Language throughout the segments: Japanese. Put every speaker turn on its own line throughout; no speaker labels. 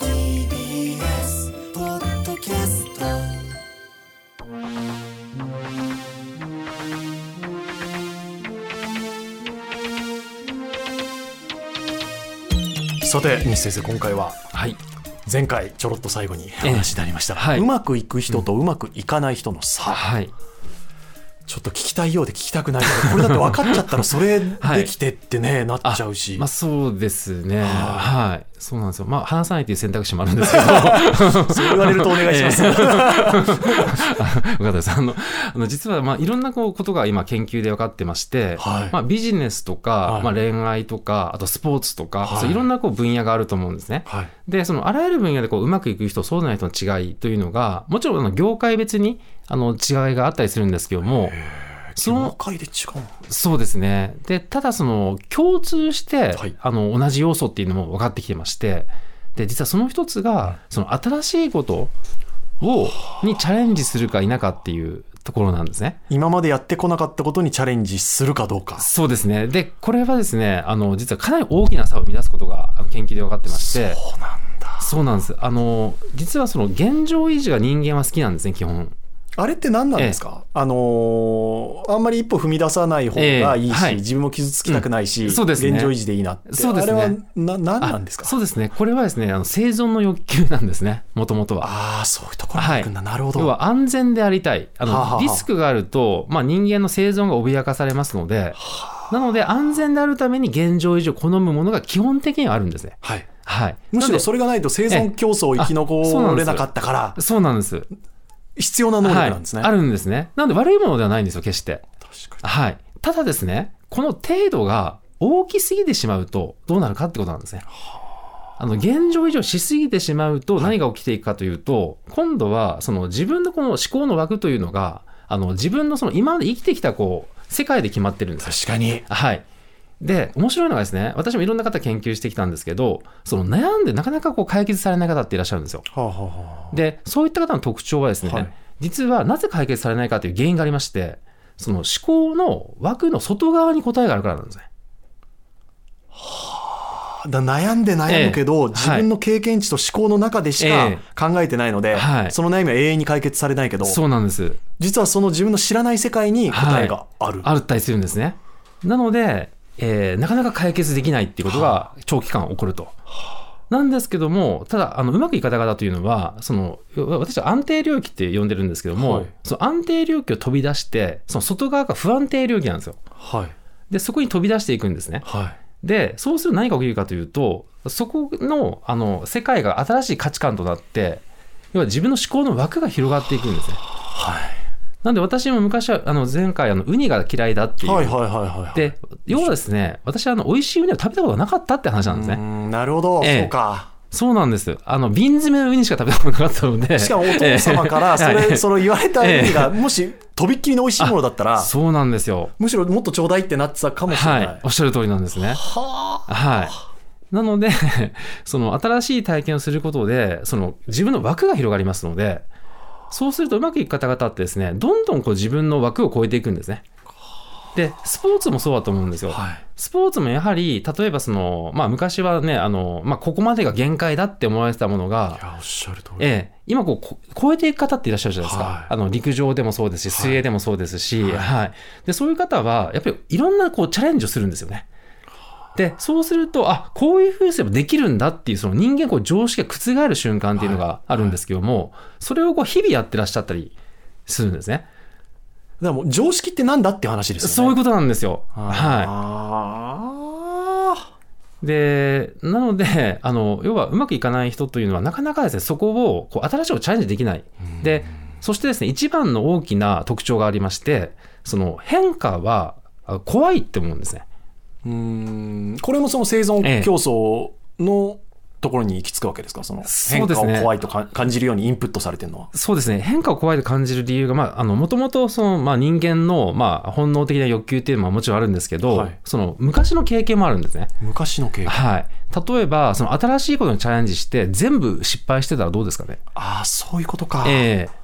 TBS ポッドキャスト
さて西先生今回は
はい、
前回ちょろっと最後にお話になりました、
はいう
まくいく人とうまくいかない人の差、
はい、
ちょっと聞きたいようで聞きたくないようでこれだって分かっちゃったらそれできてってね、なっちゃうし、
まあ、そうですね、はい、そうなんですよ、まあ、話さないという選択肢もあるんです けど、
そう言われるとお願いします、
ええよかったです。あの、あの実は、まあ、いろんなこうことが今、研究で分かってまして、
はい
まあ、ビジネスとか、
はい
まあ、恋愛とか、あとスポーツとか、
はい
そういろんなこう分野があると思うんですね。
はい
で、その、あらゆる分野でこう、うまくいく人、そうでない人の違いというのが、もちろん、あの業界別に、あの、違いがあったりするんですけども、そ
業
の、
界で違うの
そうですね。で、ただその共通して、
はい
あの同じ要素っていうのも分かってきてまして、で実はその一つがその新しいことをにチャレンジするか否かっていうところなんですね。
今までやってこなかったことにチャレンジするかどうか
そうですね。でこれはですね、あの実はかなり大きな差を生み出すことがあの研究で分かってまして、
そうなんだ
そうなんです。あの実はその現状維持が人間は好きなんですね基本。
あれって何なんですか、あのーあんまり一歩踏み出さない方がいいし、
ええはい
自分も傷つきたくないし、
うんそうですね
現状維持でいいなって
そうですね
あれはな何
あ
なんですか
そうですね。これはですね、あの生存の欲求なんですね。もともとは。
ああ、そういうところに行くんだ。なるほど。
要は安全でありたい。あの、
はあはあ
リスクがあると、まあ、人間の生存が脅かされますので、なので安全であるために現状維持を好むものが基本的にはあるんですね。
はい。
はい。
むしろそ
れ
れがないと生存競争を生き
ええあそうな
残
んで
れ
す
なかったから、
そうなんです。
必要な能力なんですね。
はい。あるんですね。なので悪いものではないんですよ、決して。
確か
はい。ただですね、この程度が大きすぎてしまうと、どうなるかってことなんですね。あの、現状維持をしすぎてしまうと、何が起きていくかというと、今度は、その自分のこの思考の枠というのが、あの、自分のその今まで生きてきた、こう、世界で決まってるんですよ
に。確かに。
はい。で、面白いのがですね、私もいろんな方研究してきたんですけど、その悩んでなかなかこう解決されない方っていらっしゃるんですよ。
はあ、はあはあ、
で、そういった方の特徴はですね、
はい
実はなぜ解決されないかという原因がありまして、その思考の枠の外側に答えがあるからなんですね。
だ悩んで悩むけど、
ええ
自分の経験値と思考の中でし
え
か考えてないので、
はい
その悩みは永遠に解決されないけど、
そうなんです。
実はその自分の知らない世界に答えがある。
あったりするんですね。なので、えーなかなか解決できないっていうことが長期間起こると。なんですけども、ただ、あの、うまくいかた方というのは、その、わ私は安定領域って呼んでるんですけども、
はい
その安定領域を飛び出して、その外側が不安定領域なんですよ。
はい。
で、そこに飛び出していくんですね。
はい。
で、そうすると何が起きるかというと、そこの、あの、世界が新しい価値観となって、要は自分の思考の枠が広がっていくんですね。
はい。
なんで私も昔は、あの、前回、あの、ウニが嫌いだっていう
はいはいはいはいはい。
で、要はですね、私はあの美味しいウニを食べたことがなかったって話なんです
うー
ね。
んなるほど、
ええ
そうか。
そうなんです。あの、瓶詰めのウニしか食べたことなかったので。
しかもお父様から、そ
ええ
れ、その言われた意味が、もし、とびっきりの美味しいものだったら、
そうなんですよ。
むしろもっとちょうだいってなってたかもしれ
は
ない。
い。おっしゃる通りなんですね。はい。なので、 その新しい体験をすることで、その自分の枠が広がりますので、そうするとうまくいく方々ってですね、どんどんこう自分の枠を超えていくんですね。で、スポーツもそうだと思うんですよ。
はい
スポーツもやはり、例えばその、まあ昔はね、あの、まあここまでが限界だって思われてたものが、
いや、おっしゃる通り。
ええ、今こうこ超えていく方っていらっしゃるじゃないですか、
はい
あの陸上でもそうですし、水泳でもそうですし、はいでそういう方は、やっぱりいろんなこうチャレンジをするんですよね。で、そうすると、あこういうふうにすればできるんだっていう、その人間こう常識が覆る瞬間っていうのがあるんですけども、それをこう日々やってらっしゃったりするんですね。
でも、常識ってなんだって話ですよね。
そういうことなんですよ。はい。
あ
で、なので、 あの、要はうまくいかない人というのは、なかなかですね、そこをこう新しいことチャレンジできない。で、そしてですね、一番の大きな特徴がありまして、その変化はあ怖いって思うんですね。
ーうーんこれもその生存競争のところに行き着くわけですかその
そ
変
うで
化
す
を
ね
怖いとか感じるようにインプットされてるのは。
そうですね変化を怖いと感じる理由が、まあ、あの、もともと、その、まあ、人間の、まあ、本能的な欲求っていうのはもちろんあるんですけど、
はい
その、昔の経験もあるんですね。
昔の経験。
はい。例えば、その、新しいことにチャレンジして、全部失敗してたらどうですかね。
ああ、そういうことか、
ええ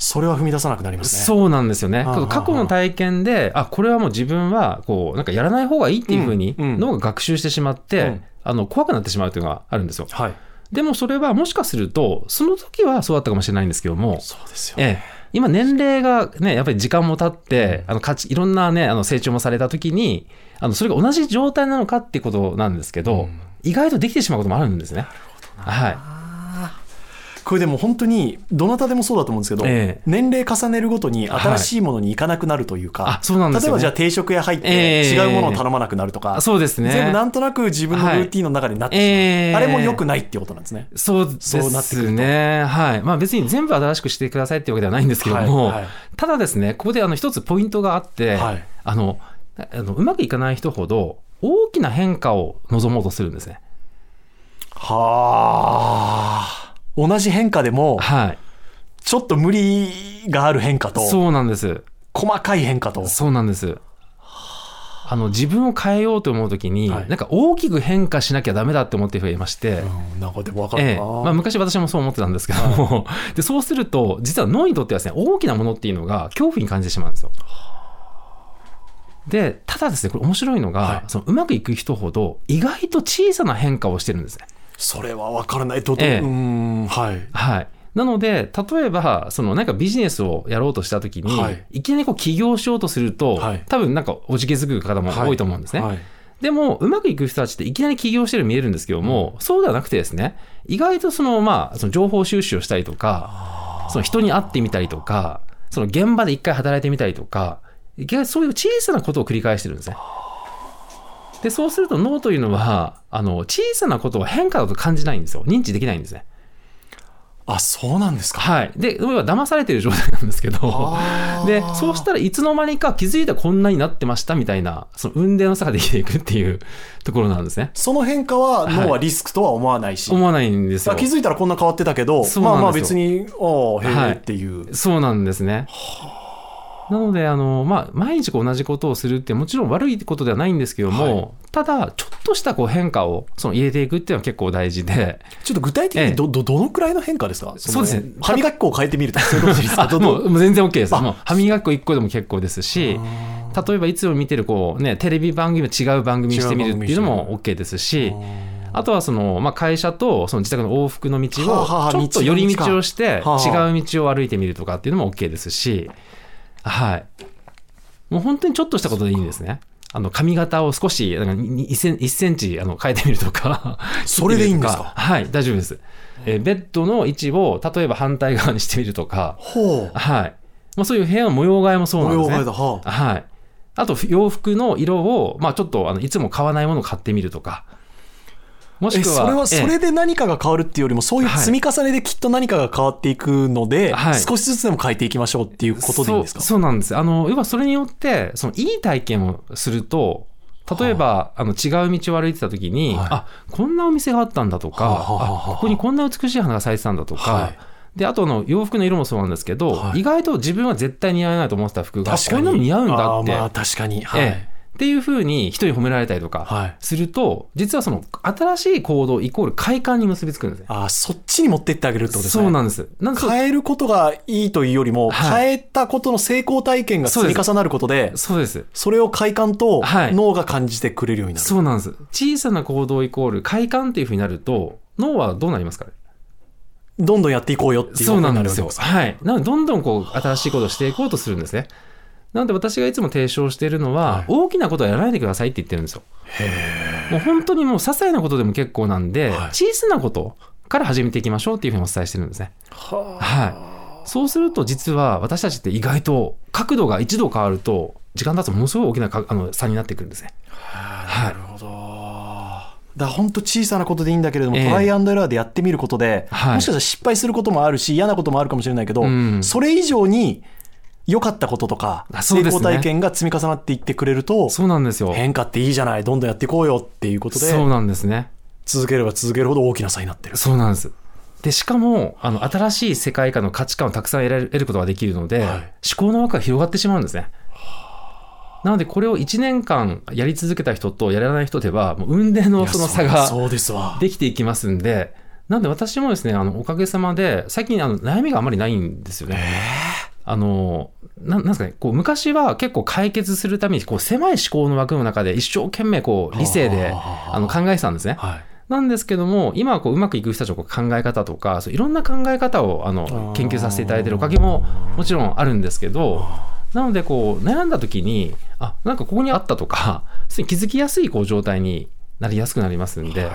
それは踏み出さなくなりますね。
そうなんですよね。
ああ
過去の体験で、あ、これはもう自分は、こう、なんかやらない方がいいっていうふうに、
うんうん
脳が学習してしまって、
うん
あの、怖くなってしまうというのがあるんですよ。
はい。
でもそれはもしかすると、その時はそうだったかもしれないんですけども、
そうですよね。
ええ、今年齢がね、やっぱり時間も経って、あの、価値、いろんなね、あの、成長もされた時に、あの、それが同じ状態なのかっていうことなんですけど、意外とできてしまうこともあるんですね。はい。
これでも本当にどなたでもそうだと思うんですけど、
ええ
年齢重ねるごとに新しいものに行かなくなるというか、
はいあそうなんです
例
よね
えばじゃあ定食屋入っ
え
て
え
違うものを頼まなくなるとか、
あそうですね。
全部なんとなく自分のルーティンの中でなってしまう、
はいええ
あれも良くないっていうことなんですね。
そうで
そうなってくる
すね。はい。まあ別に全部新しくしてくださいっていうわけではないんですけども、
はいはい
ただですね、ここであの一つポイントがあって、
はい
あの、あのうまくいかない人ほど大きな変化を望もうとするんですね。
はあ。同じ変化でも、
はい。
ちょっと無理がある変化と、
そうなんです。
細かい変化と。
そうなんです。あの自分を変えようと思うときに、
はい
なんか大きく変化しなきゃダメだって思ってる人がいまして、
うん、なんかでも分かるな、
ええまあ、昔私もそう思ってたんですけども、 でそうすると実は脳にとってはですね大きなものっていうのが恐怖に感じてしまうんですよ。でただですねこれ面白いのが、
はい
そのうまくいく人ほど意外と小さな変化をしてるんですね。
それは分からないと、ど
ええ
うーん、はい。
はいなので、例えば、そのなんかビジネスをやろうとしたときに、
はいい、
きなりこう起業しようとすると、
はい
多分なんかおじけづく方も多いと思うんですね。
はい
でも、うまくいく人たちっていきなり起業してるように見えるんですけども、そうではなくてですね、意外とその、まあ、その情報収集をしたりとか、その人に会ってみたりとか、その現場で一回働いてみたりとか、意外とそういう小さなことを繰り返してるんですね。で、そうすると脳というのは、あの、小さなことを変化だと感じないんですよ。認知できないんですね。
あ、そうなんですか。
はい。で、要は騙されてる状態なんですけど、
あー
で、そうしたらいつの間にか気づいたらこんなになってましたみたいな、その運命の差ができていくっていうところなんですね。
その変化は脳はリスクとは思わないし、
思わないんです
まあ
よ。
気づいたらこんな変わってたけど、
そうなん
ま
ですよ
あまあ別に、ああ、
は
へ
い
えっていう。
そうなんですね。なので、あの、まあ、毎日こう同じことをするって、もちろん悪いことではないんですけども、
は
ただ、ちょっとしたこう変化をその入れていくっていうのは結構大事で、
ちょっと具体的
ええ
にど、ど、どのくらいの変化ですかの
そうですね
歯磨き粉を変えてみるとか、そういうことですか
あ
どど
もうもう全然 OK です。
あ
もう歯磨き粉1個でも結構ですし、例えばいつも見てるこう、ね、テレビ番組は違う番組にしてみるっていうの
違う番組
も OK ですし、あとはその、まあ、会社とその自宅の往復の道
は
を
あはあ
ちょっと寄り道をして
道の道かはあ
違う道を歩いてみるとかっていうのも OK ですし、はい。もう本当にちょっとしたことでいいんですね。あの髪型を少しなんかに1セン1センチあの変えてみるとか
それでいいんですか
切ってみると はい大丈夫です、えーベッドの位置を例えば反対側にしてみるとか
ほう。
はい、まあ、そういう部屋の模様替えもそうなん
模
で
様
すね
替えだ。はあ
はい。あと、洋服の色を、まあ、ちょっと、あの、いつも買わないものを買ってみるとか。もし
え、
くは、
それは、
ええ
それで何かが変わるっていうよりも、そういう
はい
積み重ねできっと何かが変わっていくので、
はい
少しずつでも変えていきましょうっていうことでいいんですか
そうそうなんです。あの、要はそれによって、その、いい体験をすると、例えば、あの、違う道を歩いてた時に、
はい
あ、こんなお店があったんだとか、
はあはあはあ
あここにこんな美しい花が咲いてたんだとか、
はい
で、あとあの洋服の色もそうなんですけど、
はい
意外と自分は絶対似合わないと思ってた服が、
確
こ
か
うい
に。
うのも似合うんだって、
あーまあ確かに。はい。
ええっていうふうに人に褒められたりと
は
か
い
すると、実はその新しい行動イコール快感に結びつくんですね。
あーそっちに持ってってあげるってことですね。
そうなんです。なんかそう
変えることがいいというよりも、
はい
変えたことの成功体験が積み重なることで、
そうです。
それを快感と
はい
脳が感じてくれるようになる。
そうなんです。小さな行動イコール快感っていうふうになると、脳はどうなりますかね
どんどんやっていこうよっていう
そう
こと
な
になん
で
るわ
す
け
よ
で。す。
はい。なので、どんどんこう、新しいことをしていこうとするんですね。なので、私がいつも提唱しているのは、
はい
大きなことはやらないでくださいって言ってるんですよ。もう本当にもう、些細なことでも結構なんで、
はい
小さなことから始めていきましょうっていうふうにお伝えしてるんですね。はい。そうすると、実は私たちって意外と、角度が一度変わると、時間経つとものすごい大きなかあの差になってくるんですね。はい。
だから本当小さなことでいいんだけれども、
ええ
トライアンドエラーでやってみることで、
はい
もしかしたら失敗することもあるし、嫌なこともあるかもしれないけど、
うん
それ以上に良かったこととか、
あそう
成
ですね
功体験が積み重なっていってくれると、
そうなんですよ。
変化っていいじゃない、どんどんやっていこうよっていうことで、
そうなんですね。
続ければ続けるほど大きな差になってる。
そうなんです。で、しかも、あの、新しい世界観の価値観をたくさん得られ得ることができるので、
はい
思考の枠が広がってしまうんですね。なので、これを1年間やり続けた人とやらない人では、もう運命
い
の
や
その
う
差が
そうですわ。
できていきますんで、なんで私もですね、あの、おかげさまで、最近、あの、悩みがあまりないんですよね。あの、なんなんですかね、こう、昔は結構解決するために、こう、狭い思考の枠の中で一生懸命、こう、理性で、
はあ
あの、考えてたんですね。
はい。
なんですけども、今はこううまくいく人たちのこう考え方とか、そういろんな考え方をあの
ー
研究させていただいてるおかげももちろんあるんですけど、なのでこう悩んだ時に、あ、なんかここにあったとか、 普通に気づきやすいこう状態になりやすくなりますんで、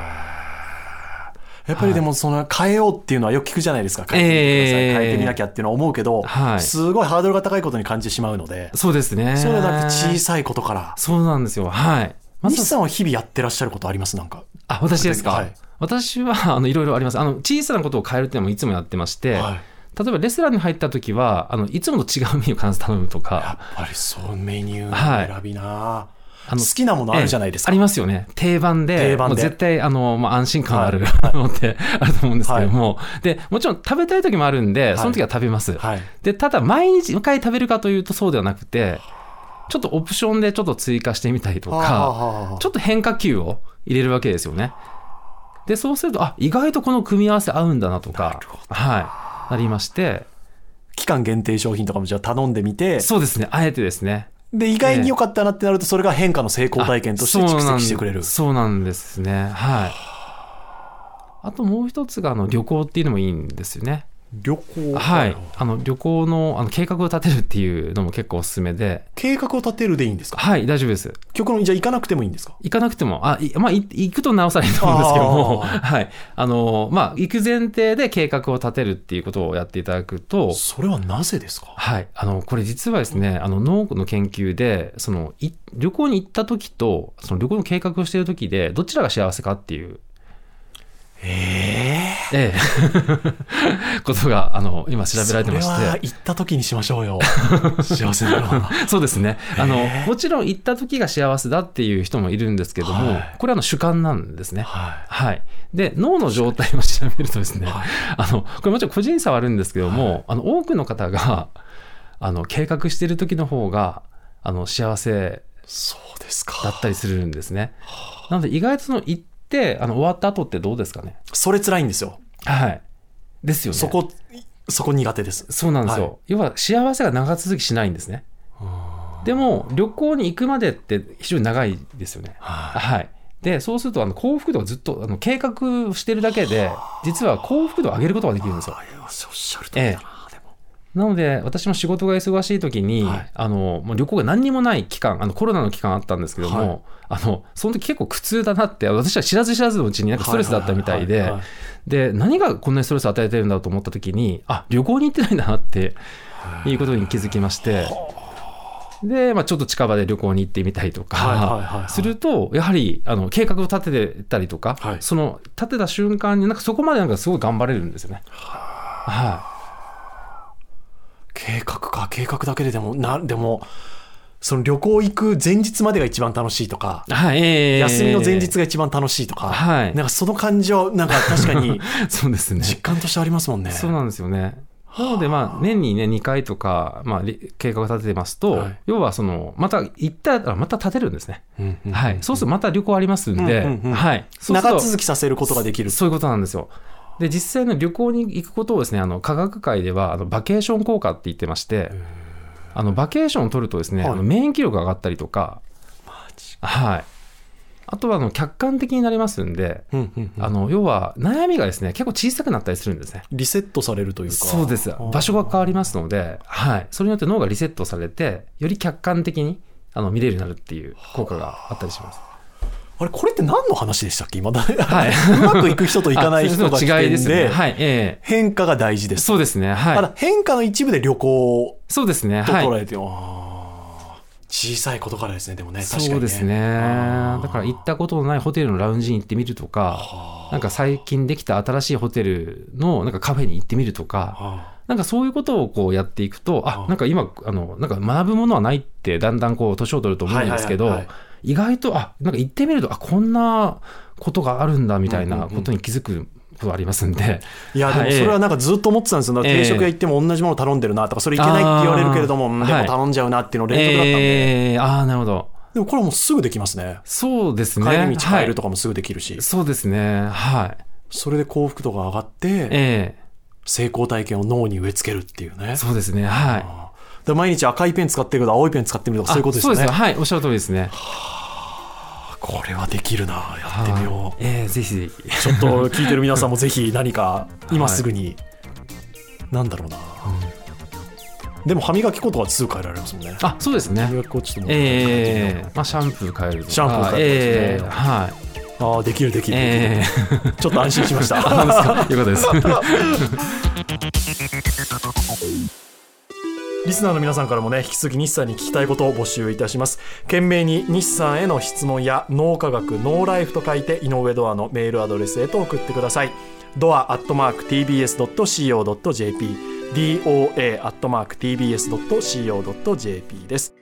やっぱりでもその変えようっていうのはよく聞くじゃないですか。変えてみてください、
ええ
変えてみなきゃっていうのは思うけど、
はい
すごいハードルが高いことに感じてしまうので、
そうですね。
そうではなく小さいことから。
そうなんですよ。はい。まず
西さんは日々やってらっしゃることありますなんか。
あ、私ですか。
はい
私はあのいろいろあります。あの小さなことを変えるっていうのもいつもやってまして、
はい。
例えばレストランに入った時は、あのいつもと違うメニューを必ず頼むと
や
か、
っぱりそうメニュ
は
ー
い
の選びな、
あの
好きなものあるじゃないですか。
ええありますよね。定番で、
定番で
もう絶対、あの、まあ、安心感のある、
は
もの ってあると思うんですけども、で、もちろん食べたい時もあるんで、
い
その時は食べます。
はい。
で、ただ、毎日、回食べるかというとそうではなくて、ちょっとオプションでちょっと追加してみたりと
はあは
か、
あはあ
ちょっと変化球を入れるわけですよね。で、そうすると、あ、意外とこの組み合わせ合うんだなとか、はい、なりまして、
期間限定商品とかもじゃあ頼んでみて、
そうですね、あえてですね。
で、意外に良かったなってなると、それが変化の成功体験として
あ
蓄
そうなん
積してくれる。
そうなんですねはいあともう一つがあの旅行っていうのもいいんですよね
旅行。
はいあの旅行のあの計画を立てるっていうのも結構おすすめで
計画を立てるでいいんですか
はい大丈夫です
極論、じゃあ行かなくてもいいんですか
行かなくてもあ、いまあ、い行くとなおさらいいと思うんですけども
あー
はいあのまあ行く前提で計画を立てるっていうことをやっていただくと
それはなぜですか
はい、あのこれ実はですね、あの農の研究でそのい旅行に行った時とその旅行の計画をしている時でどちらが幸せかっていう。え えことがあの今調べられてまして
それは行った時にしましょ うよ。幸せだろうな。
そうですねあの、もちろん行った時が幸せだっていう人もいるんですけども、
はい
これはあの主観なんですね。
は
はい、で脳の状態を調べるとですね、あのこれもちろん個人差はあるんですけども、あの多くの方が あの計画している時の方があの幸せ
い。そうです
だ
か。
ったりするんですね。なので意外とその行ってあの終わった後ってどうですかね
それ辛いんですよ。
はいですよね。
そこ、そこ苦手です。
そうなんですよ、
はい
要は幸せが長続きしないんですね。でも旅行に行くまでって非常に長いですよね。
は
はい、でそうするとあの幸福度がずっとあの計画をしてるだけで実は幸福度を上げることができるんですよ。
い。おっしゃる通り
え
だな、でも。
え、なので私も仕事が忙しい時に、
はい
あのもう旅行が何にもない期間あのコロナの期間あったんですけども、
はい
あのその時結構苦痛だなって私は知らず知らずのうちになんかストレスだったみたい
はいは
で
いはいはい
で何がこんなにストレスを与えてるんだろうと思った時にあ旅行に行ってないんだなっていうことに気づきまして。で、まあ、ちょっと近場で旅行に行ってみたりと
はいはいはいは
か
い
すると、やはりあの計画を立ててたりとか、
はい
その立てた瞬間になんかそこまでなんかすごい頑張れるんですよね。はい、
計画か、計画だけででも、な、でも、その旅行行く前日までが一番楽しいとか、
はい、ええ
休みの前日が一番楽しいとか、
はい
なんかその感じは、 なんか確かに
そうですね。
実感としてありますもんね。
そうなんですよね。なので、まあ、年にね、2回とか、まあ、り計画を立ててますと、
はい
要は、その、また行ったら、また立てるんですね。
うんうん
はい。そうすると、また旅行ありますん
う
で、
んうんうん
はい。そうする
長
と
続きさせることができる。
そういうことなんですよ。で、実際の旅行に行くことをですね、あの、科学界では、あの、バケーション効果って言ってまして、あの、バケーションを取るとですね、
はい
あの免疫力が上がったりとか、はい。あとは、あの、客観的になりますんで、
うんうんうん
あの、要は、悩みがですね、結構小さくなったりするんですね。
リセットされるというか。
そうです
あー
場所が変わりますので、はい、それによって脳がリセットされてより客観的にあの見れるようになるっていう効果があったりします。
あれ、これって何の話でしたっけ今だ、
い
うまくいく人といかない人が
あそ
来
れの違い
て
で
ん
すよね。
で、
はい、ええ
変化が大事です。
そうですね。
ただ
は
変化の一部で旅行
い。そうですね。
と
はい
捉。えて、あー小さいことからですね、でもね、確かに、ね。
そうですね。だから行ったことのないホテルのラウンジに行ってみるとか、なんか最近できた新しいホテルのなんかカフェに行ってみるとか、
あ
なんかそういうことをこうやっていくと、あ、なんか今、あの、なんか学ぶものはないってだんだんこう年を取ると思うんですけ
はいは
ど
いはいは、
意外とあなんか行ってみるとあこんなことがあるんだみたいなことに気づくことありますんで、
いや、でもそれはなんかずっと思ってたんですよ。だから定食屋行っても同じもの頼んでるなとか、それいけないって言われるけれども、
あー
うんでも頼んじゃうなっていうの連続だったんで。
えーああなるほど
でもこれはもうすぐできますね。
そうですね
帰り道変えると
か、
かもすぐできるし、
はいそうですねはい
それで幸福度が上がって、
え
成功体験を脳に植え付けるっていうね
え。そうですねはい
あーで毎日赤いペン使ってるけど青いペン使ってみるとかそういうことですよ
あそう
ね
ですはいおっしゃる通りですね
これはできるなやってみよ
はいええぜひぜ
う
ひ
ちょっと聞いてる皆さんもぜひ何か今すぐに、なんだろうな、でも歯磨き粉とかすぐ変えられますもんね
あそうですね
歯磨き粉ちょっともう
ええまあシャンプー変えるとか
シャンプー変えるとか
ええはい
ああできるできる、
ええ
ちょっと安心しました
あそうですかよかったです
リスナーの皆さんからもね引き続き日産に聞きたいことを募集いたします懸命に日産への質問や脳科学ノーライフと書いて井上ドアのメールアドレスへと送ってくださいドアアットマーク TBS.CO.JP doa アットマーク TBS.CO.JP です